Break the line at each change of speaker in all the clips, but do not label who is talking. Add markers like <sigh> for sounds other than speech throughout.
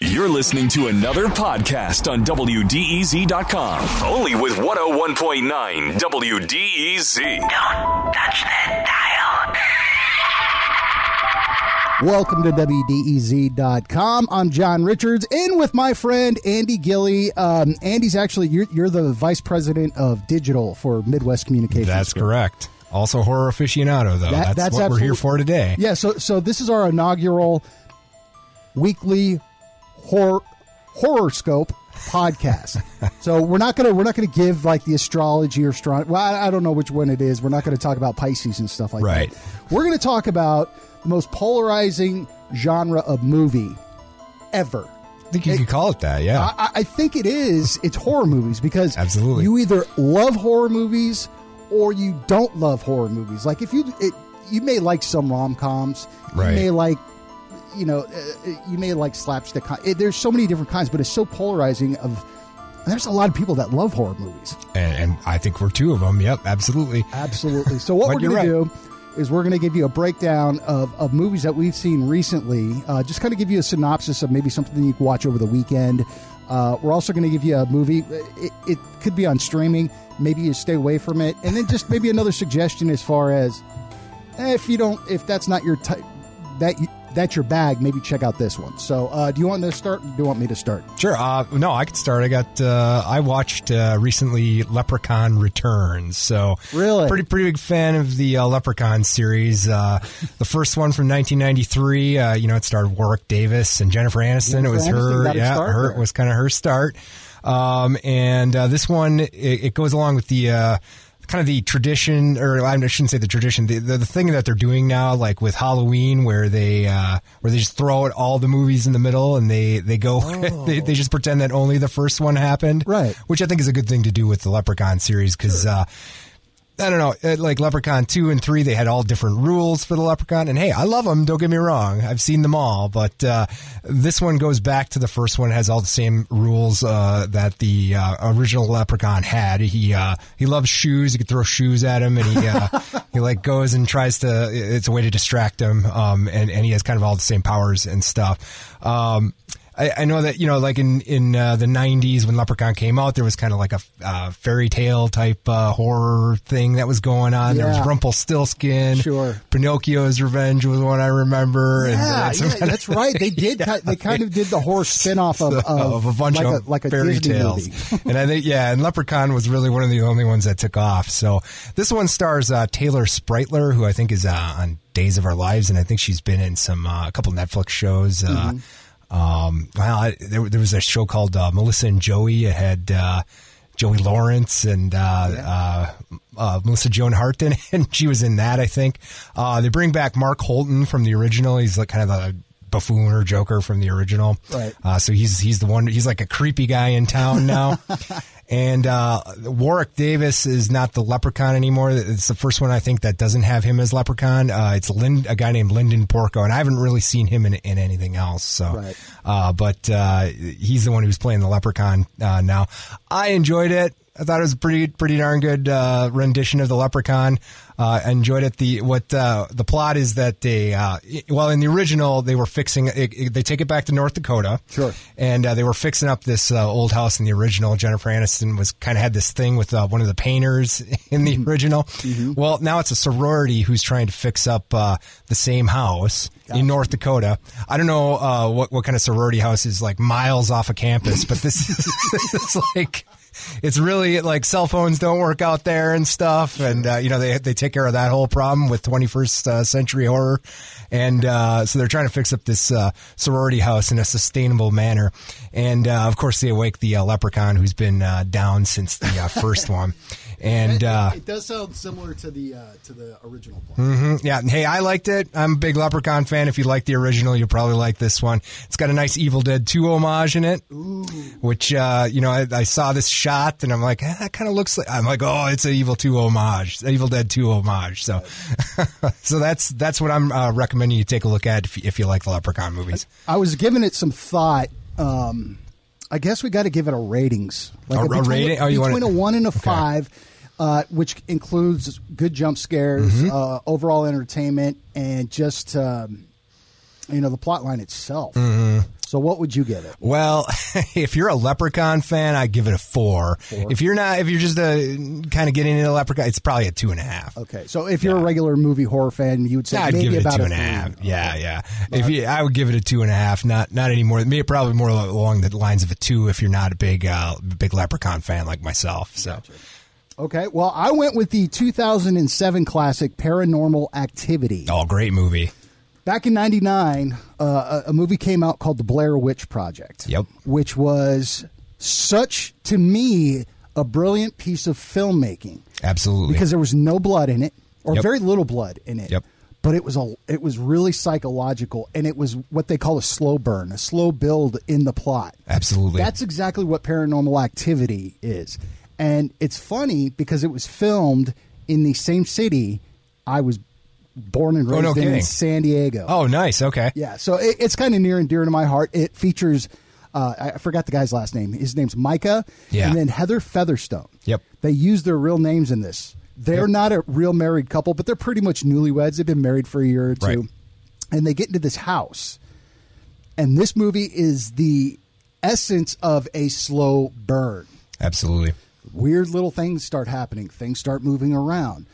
You're listening to another podcast on E WDEZ.com. Only with 101.9 E WDEZ.
Welcome to E WDEZ.com. I'm John Richards, in with my friend Andy Gilly. Um, Andy's actually, you're, you're the vice president of digital for Midwest Communications.
That's
Group.
correct. Also, horror aficionado, though.
That-
that's,
that's
what we're here
absolute-
for today.
Yeah, so, so this is our inaugural weekly horror horoscope
<laughs>
podcast. so we're not gonna we're not gonna give like the astrology or astron. Well, I, I don't know which one it is. We're not gonna talk about Pisces and stuff like
Right.
that. We're gonna talk about the most polarizing genre of movie ever.
I think you could call it that. Yeah,
I, I think it is. It's horror movies because
Absolutely.
you either love horror movies or you don't love horror movies. Like if you it, you may like some rom coms,
Right.
you may like you know uh, you may like slapstick. co- It, there's so many different kinds, but it's so polarizing. Of and there's a lot of people that love horror movies.
and, and I think we're two of them. Yep, absolutely.
Absolutely. So what
But
we're
you're
going to do is we're going to give you a breakdown of, of movies that we've seen recently. Uh, just kind of give you a synopsis of maybe something you can watch over the weekend. Uh, we're also going to give you a movie. It, it could be on streaming. Maybe you stay away from it, and then just maybe another suggestion as far as eh, if you don't, if that's not your type, that you, that's your bag. Maybe check out this one. So, uh, do you want to start? Do you want me to start?
Sure. Uh, no, I could start. I got. Uh, I watched uh, recently Leprechaun Returns. So
Really?
pretty pretty big fan of the uh, Leprechaun series. Uh, the first one from 1993. Uh, you know, it starred Warwick Davis and Jennifer Aniston. it
Jennifer
was
Aniston
her.
got her
Yeah,
start
her
there.
it was kind of her start. Um, and uh, this one it, it goes along with the. Uh, Kind of the tradition, or I shouldn't say the tradition, the, the, the thing that they're doing now, like with Halloween, where they uh, where they just throw out all the movies in the middle, and they they go <laughs> they, they just pretend that only the first one happened,
Right.
Which I think is a good thing to do with the Leprechaun series because uh, I don't know, uh, like Leprechaun two and three, they had all different rules for the Leprechaun, and hey, I love them. Don't get me wrong, I've seen them all, but uh, this one goes back to the first one, has all the same rules uh, that the uh, original Leprechaun had. He uh, he loves shoes. You could throw shoes at him, and he uh, he like goes and tries to. It's a way to distract him, um, and and he has kind of all the same powers and stuff. Um, I, I know that you know, like in in uh, the '90s when Leprechaun came out, there was kind of like a uh, fairy tale type uh, horror thing that was going on. There
Yeah.
was Rumpelstiltskin,
Sure.
Pinocchio's Revenge was one I remember. and,
Yeah,
uh, some
yeah,
kind of-
that's right. They
<laughs>
did. ki- they kind of did the horse spin-off of, of,
of, a bunch
like
of
a, like a
fairy
Disney
tales.
movie.
and I think yeah, and Leprechaun was really one of the only ones that took off. So this one stars uh, Taylor Spritler, who I think is uh, on Days of Our Lives, and I think she's been in some uh, a couple Netflix shows. Uh,
Mm-hmm.
Um, well, I, there, there was a show called uh, Melissa and Joey. It had uh, Joey Lawrence and uh, uh, uh, Melissa Joan Hart in it, <laughs> and she was in that. I think uh, they bring back Mark Holton from the original. He's like kind of a buffoon or joker from the original.
Right.
Uh, so he's he's the one. He's like a creepy guy in town now. and uh, Warwick Davis is not the leprechaun anymore. It's the first one I think that doesn't have him as leprechaun. Uh, it's Lin- a guy named Lyndon Porco, and I haven't really seen him in, in anything else. So,
Right.
uh, but uh, he's the one who's playing the leprechaun uh, now. I enjoyed it. I thought it was a pretty pretty darn good uh, rendition of the Leprechaun. Uh, I enjoyed it. The what uh, the plot is that they uh, i- well in the original they were fixing it, it, they take it back to North Dakota.
Sure.
And uh, they were fixing up this uh, old house in the original. Jennifer Aniston was kind of had this thing with uh, one of the painters <laughs> in the original. Well, now it's a sorority who's trying to fix up uh, the same house in North Dakota. I don't know uh, what what kind of sorority house is like miles off of campus, but this <laughs> is, this is like. It's really like cell phones don't work out there and stuff, and uh, you know they they take care of that whole problem with 21st uh, century horror, and uh, so they're trying to fix up this uh, sorority house in a sustainable manner, and uh, of course they awake the uh, leprechaun who's been uh, down since the uh, first one, and uh,
it does sound similar to the uh, to the original plot.
Hmm. yeah, hey, I liked it. I'm a big Leprechaun fan. If you like the original, you'll probably like this one. It's got a nice Evil Dead 2 homage in it, which, uh, you know, I, I saw this shot and I'm like, eh, that kind of looks like, I'm like, oh, it's an Evil 2 homage, Evil Dead 2 homage. So, <laughs> so that's, that's what I'm uh, recommending you take a look at if you, if you like the Leprechaun movies.
I was giving it some thought. Um, I guess we got to give it a ratings. Like
A- a
between,
rating? Oh, you wanna-
between a one and a five, uh, which includes good jump scares, uh,
Mm-hmm. Mm-hmm.
overall entertainment, and just um, you know the plot line itself. So what would you give it?
Well, <laughs> if you're a Leprechaun fan, I give it a four. If you're not, if you're just a kind of getting into Leprechaun, it's probably a two and a half.
Okay, so if you're a regular movie horror fan, you would say
I'd
maybe
give it a
about
two
a
and a
three.
half. Yeah, yeah. If you, I would give it a two and a half. Not not anymore. Maybe probably more along the lines of a two. If you're not a big uh, big Leprechaun fan like myself, so
Okay, well, I went with the 2007 classic Paranormal Activity.
all great movie.
Back in '99, uh, a, a movie came out called The Blair Witch Project.
Yep.
Which was such, to me, a brilliant piece of filmmaking
Absolutely.
because there was no blood in it, or
Yep.
very little blood in it.
Yep.
But it was a it was really psychological, and it was what they call a slow burn, a slow build in the plot.
Absolutely.
That's exactly what paranormal activity is. And it's funny because it was filmed in the same city I was born and
Oh,
raised
no
in, in
kidding.
San Diego.
oh, nice. Okay.
Yeah, so it, it's kind of near and dear to my heart. It features, uh, I I forgot the guy's last name. His name's Micah,
Yeah.
and then Heather Featherstone.
Yep.
They use their real names in this. They're not a real married couple, but they're pretty much newlyweds. They've been married for a year or two.
Right.
And they get into this house. And this movie is the essence of a slow burn
Absolutely.
weird little things start happening. Things start moving around.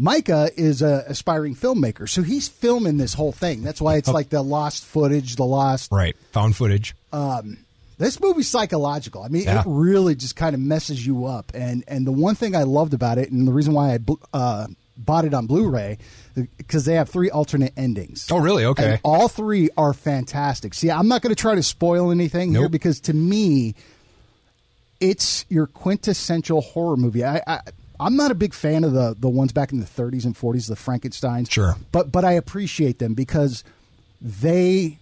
Micah is a aspiring filmmaker, so he's filming this whole thing. That's why it's like the lost footage, the lost.
Right. Found footage.
This movie's psychological. I mean,
Yeah.
it really just kind of messes you up. And and the one thing I loved about it, and the reason why I bl- uh, bought it on Blu-ray, because they have three alternate endings.
Oh, really? Okay.
And all three are fantastic. See, I'm not going to try to spoil anything here
Nope.
because to me, it's your quintessential horror movie. I, I I'm not a big fan of the the ones back in the 30s and 40s, the Frankenstein's.
Sure.
but but I appreciate them because they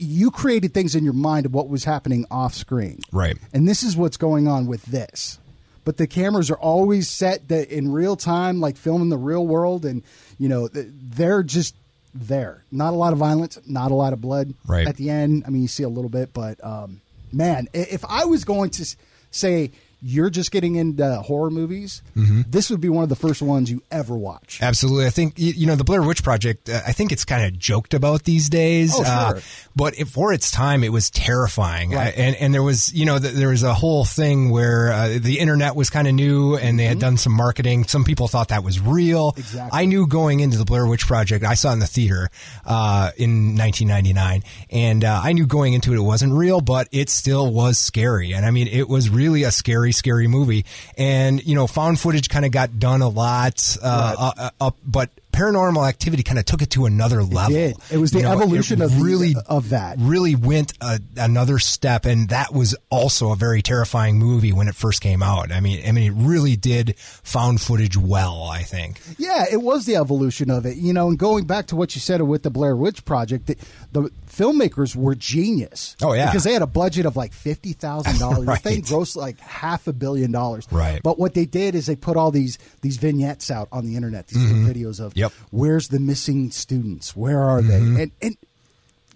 you created things in your mind of what was happening off screen.
Right.
And this is what's going on with this. But the cameras are always set that in real time, like filming the real world, and you know th- they're just there. Not a lot of violence, not a lot of blood.
Right.
at the end, I mean, you see a little bit, but um, man, i- if I was going to s- say you're just getting into horror movies,
Mm-hmm.
this would be one of the first ones you ever watch.
Absolutely. I think, y- you know, the Blair Witch Project, uh, I think it's kind of joked about these days.
Oh, sure.
uh, but it, for its time, it was terrifying. I- and, and there was, you know, th- there was a whole thing where uh, the internet was kind of new and they
Mm-hmm.
had done some marketing. Some people thought that was real.
Exactly.
I knew going into the Blair Witch Project, I saw it in the theater uh, in 1999, and uh, I knew going into it it wasn't real, but it still was scary. And I mean, it was really a scary, scary movie. And you know, found footage kind of got done a lot, uh, uh, up, but paranormal activity kind of took it to another level.
did. It was the
You know,
evolution
it
of the-
really
of that.
really went a, another step, and that was also a very terrifying movie when it first came out. I mean, I mean, it really did found footage well. I think.
Yeah, it was the evolution of it, you know. And going back to what you said with the Blair Witch Project, the, the filmmakers were genius.
Oh, yeah.
because they had a budget of like fifty thousand
<laughs>
dollars. The
Right.
thing grossed like half a billion dollars.
Right.
But what they did is they put all these these vignettes out on the internet, these little videos of
Mm-hmm. Yep. Mm-hmm.
where's the missing students, where are they, and and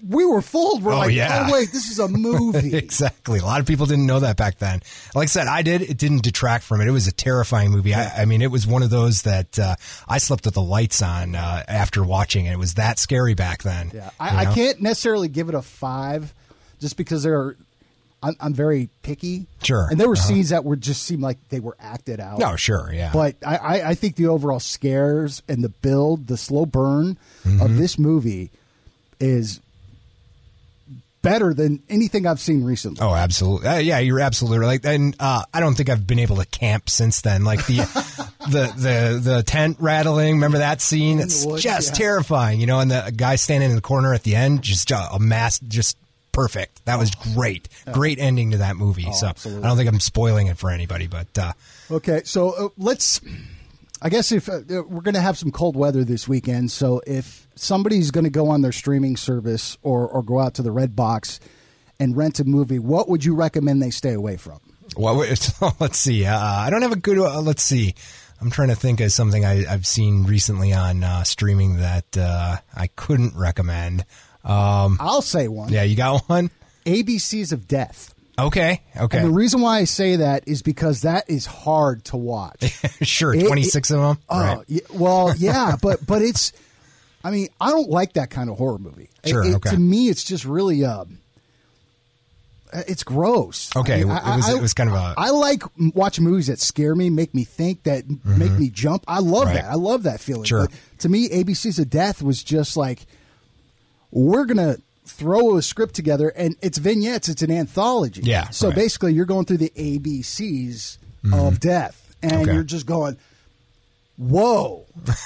we were fooled. We're
Oh,
like,
yeah.
oh wait, this is a movie.
<laughs> Exactly. A lot of people didn't know that back then. Like I said, I did. It didn't detract from it. It was a terrifying movie. I, I mean, it was one of those that uh, I slept with the lights on uh, after watching it. It was that scary back then.
Yeah,
You
I, I
know?
can't necessarily give it a five, just because there are. I'm, I'm very picky.
Sure.
And there were
Uh-huh.
scenes that were just seemed like they were acted out.
No, sure. Yeah.
But I, I, I think the overall scares and the build, the slow burn
Mm-hmm.
of this movie, is better than anything I've seen recently.
Oh, absolutely. Uh, yeah, you're absolutely right. And uh, I don't think I've been able to camp since then. Like the <laughs> the the the tent rattling. Remember that scene? It's
woods,
just
yeah.
terrifying. You know, and the guy standing in the corner at the end, just uh, a mass, just perfect. That was great. Great ending to that movie. so
Oh. absolutely.
I don't think I'm spoiling it for anybody, but uh,
Okay, so uh, let's. I guess if uh, uh, we're going to have some cold weather this weekend, so if somebody's going to go on their streaming service or or go out to the Red Box and rent a movie, what would you recommend they stay away from?
What would, <laughs> so let's see. Uh, I don't have a good. Uh, let's see. I'm trying to think of something I, I've seen recently on uh, streaming that uh, I couldn't recommend. Um,
I'll say one.
yeah, you got one.
ABCs of Death.
Okay. Okay. <laughs>
And the reason why I say that is because that is hard to watch.
sure.
It-
26 of them.
Oh,
right.
y-
<laughs>
well, yeah, but but it's. I mean, I don't like that kind of horror movie. It-
Sure,
it-
okay.
To me, it's just really um, it's gross.
Okay,
I mean,
it
I-
was-
I-
it was kind of a-
I like m- watching movies that scare me, make me think, that make me jump. I love
Mm-hmm. Right.
that. I love that feeling.
Sure.
to me, ABC's of Death was just like we're gonna throw a script together, and it's vignettes. It's an anthology.
Yeah,
So
right. Mm-hmm.
basically, you're going through the ABCs of Death, and
Okay.
you're just going. <laughs> Whoa!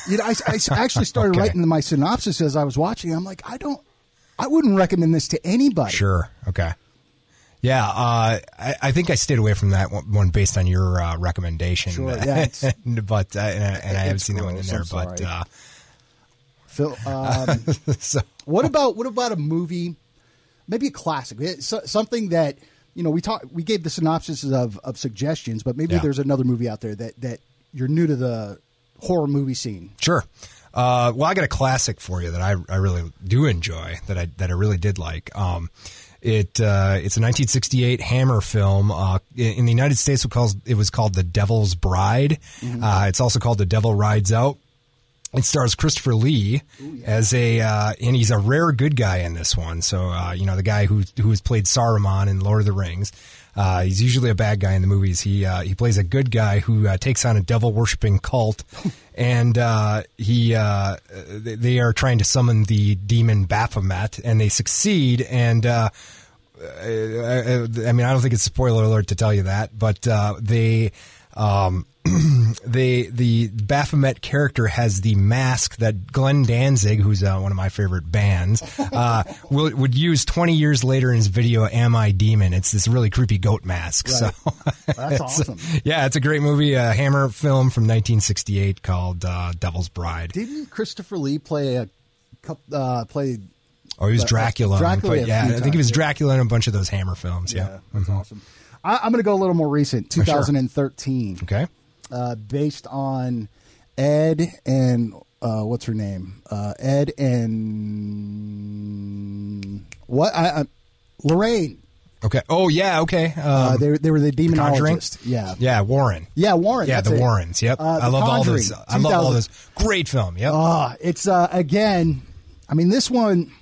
You know, I, I actually started
Okay.
writing my synopsis as I was watching. I'm like, I don't, I wouldn't recommend this to anybody.
Sure. Okay. Yeah, uh, I, I think I stayed away from that one one based on your uh, recommendation. <laughs>
Sure, yeah, it's-
but uh, and, I- and I haven't
It's
seen that one in
gross,
there.
I'm
but
sorry.
uh,
<laughs> Phil, um,
so
what about what about a movie, maybe a classic, eh, so, something that you know we talk we gave the synopsis of of suggestions, but maybe
Yeah.
there's another movie out there that that you're new to the horror movie <laughs> scene.
Sure. Uh, well, I got a classic for you that I, I really do enjoy that I that I really did like. Um, it uh, it's a 1968 Hammer film. Uh, in, in the United States, it, calls, it was called The Devil's Bride.
Mm-hmm.
Uh, it's also called The Devil Rides Out. It stars Christopher Lee as a, uh, and he's a rare good guy in this one. So uh, you know the guy who who has played Saruman in Lord of the Rings. Uh, he's usually a bad guy in the movies. He uh, he plays a good guy who uh, takes on a devil worshipping cult, and uh, he uh, they they are trying to summon the demon Baphomet, and they succeed. And uh, I mean, I don't think it's spoiler alert to tell you that, but uh, they, um, <clears throat> they, the Baphomet character has the mask that Glenn Danzig, who's uh, one of my favorite bands,
<laughs>
uh, will, would use 20 years later in his video "Am I Demon?" It's this really creepy goat mask. So,
That's awesome.
<laughs> yeah, it's a great movie, a Hammer film from 1968 called uh, "Devil's Bride."
Didn't Christopher Lee play a coup- uh, play?
Oh, he was
But-
Dracula.
uh, Dracula
But,
a
yeah,
few
I think he was
times, yeah.
Dracula in a bunch of those Hammer films. Yeah. Mm-hmm.
that's awesome. I, I'm going to go a little more recent,
sure.
2013.
Okay.
uh, based on Ed and uh, what's her name? Uh, Ed and what? I, I, Lorraine.
Okay. Oh yeah. Okay. Um,
Uh, they they were the
Conjuring.
demonologist. Yeah.
Yeah. Warren.
Yeah, Warren.
Yeah,
that's
the
it.
Warrens. Yep,
Uh,
I
The
love all
Conjuring,
those. I love all
2000.
those. Great film. Yep.
Ah, it's uh, again. I mean, this one.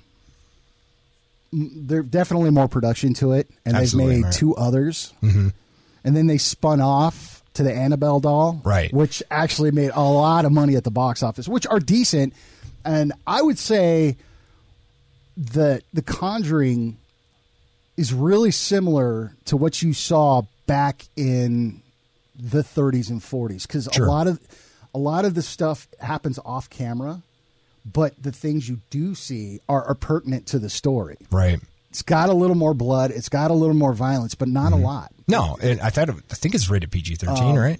m- There definitely more production to it, and
Absolutely,
they've made
right.
two others, mm-hmm. and then they spun off to the Annabelle doll,
Right.
Which actually made a lot of money at the box office, which are decent, and I would say the the Conjuring is really similar to what you saw back in the 30s and 40s because
Sure.
a lot of a lot of the stuff happens off camera but the things you do see are, are pertinent to the story
right.
it's got a little more blood it's got a little more violence but not
Mm-hmm.
a lot
No, and I thought it, I think it's rated PG thirteen,
Uh,
right?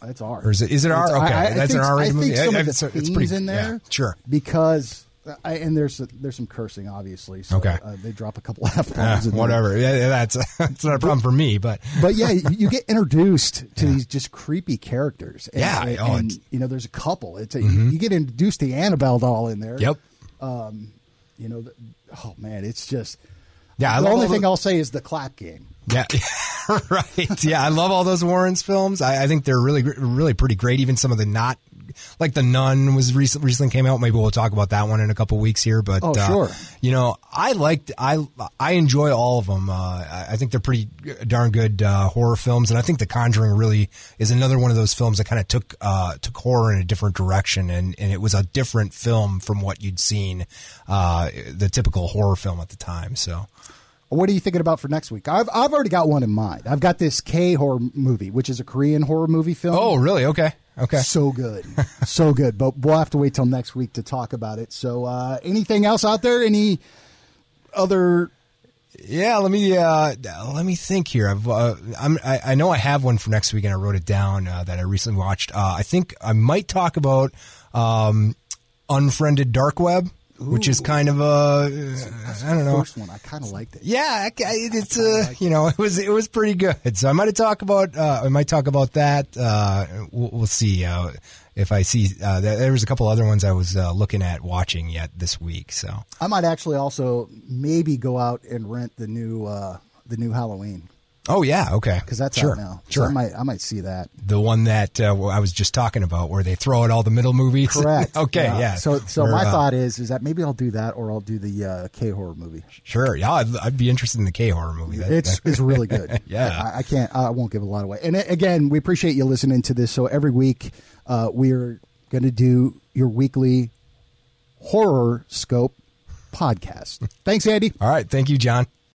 that's R.
Or is it- is it R?
It's-
Okay,
I, I
that's an
think,
R-rated
I
movie.
think some
I-
of the
it's- it's
themes
pretty-
in
yeah,
there,
sure.
because I, and there's there's some cursing, obviously. So,
Okay.
uh, they drop a couple <laughs> f bombs.
Uh,
in there.
whatever. Yeah, yeah, that's <laughs> that's not a problem for me, but
but yeah, you, you get introduced to these just creepy characters. And,
Yeah,
and, and,
oh, it's- Mm-hmm.
you know, there's a couple. It's a, you get introduced to Annabelle doll in there.
yep.
You know, the, oh man, it's just.
Yeah, I
the
love
only
all
thing
the-
I'll say is the clap game.
Yeah, <laughs> right. Yeah, I love all those Warrens films. I, I think they're really, gr- really pretty great. Even some of the not, like the Nun was recent, recently came out. Maybe we'll talk about that one in a couple weeks here. But
Oh,
uh,
sure.
you know, I liked, I, I enjoy all of them. Uh, I, I think they're pretty darn good uh, horror films, and I think The Conjuring really is another one of those films that kind of took, uh, took horror in a different direction, and and it was a different film from what you'd seen, uh, the typical horror film at the time. So.
What are you thinking about for next week? I've I've already got one in mind. I've got this K horror movie, which is a Korean horror movie film.
Oh, really? Okay. Okay.
<laughs> So good. so good. But we'll have to wait till next week to talk about it. So, uh, anything else out there? Any other
Yeah, let me uh, let me think here. I've, uh, I'm, I, I know I have one for next week, and I wrote it down uh, that I recently watched. Uh, I think I might talk about um, Unfriended Dark Web, which is kind of a uh, I don't know.
first one? I kind of liked it.
Yeah, I- I- it's uh, you know, it was it was pretty good. So I might talk about uh, I might talk about that. Uh, we'll, we'll see uh, if I see. Uh, there there was a couple other ones I was uh, looking at watching yet this week. So
I might actually also maybe go out and rent the new uh, the new Halloween.
Oh yeah, okay.
because that's
sure,
out now. So
Sure,
I might I might see that.
the one that uh, I was just talking about, where they throw out all the middle movies. <laughs>
Correct.
okay, yeah.
So so
Where,
my
uh,
thought is is that maybe I'll do that or I'll do the uh, K horror movie.
Sure, yeah, I'd, I'd be interested in the K horror movie. That-
It's it's really good.
Yeah.
I, I can't. I won't give a lot away. And a- again, we appreciate you listening to this. So every week, uh, we're going to do your weekly horror scope podcast. Thanks, Andy.
all right. Thank you, John.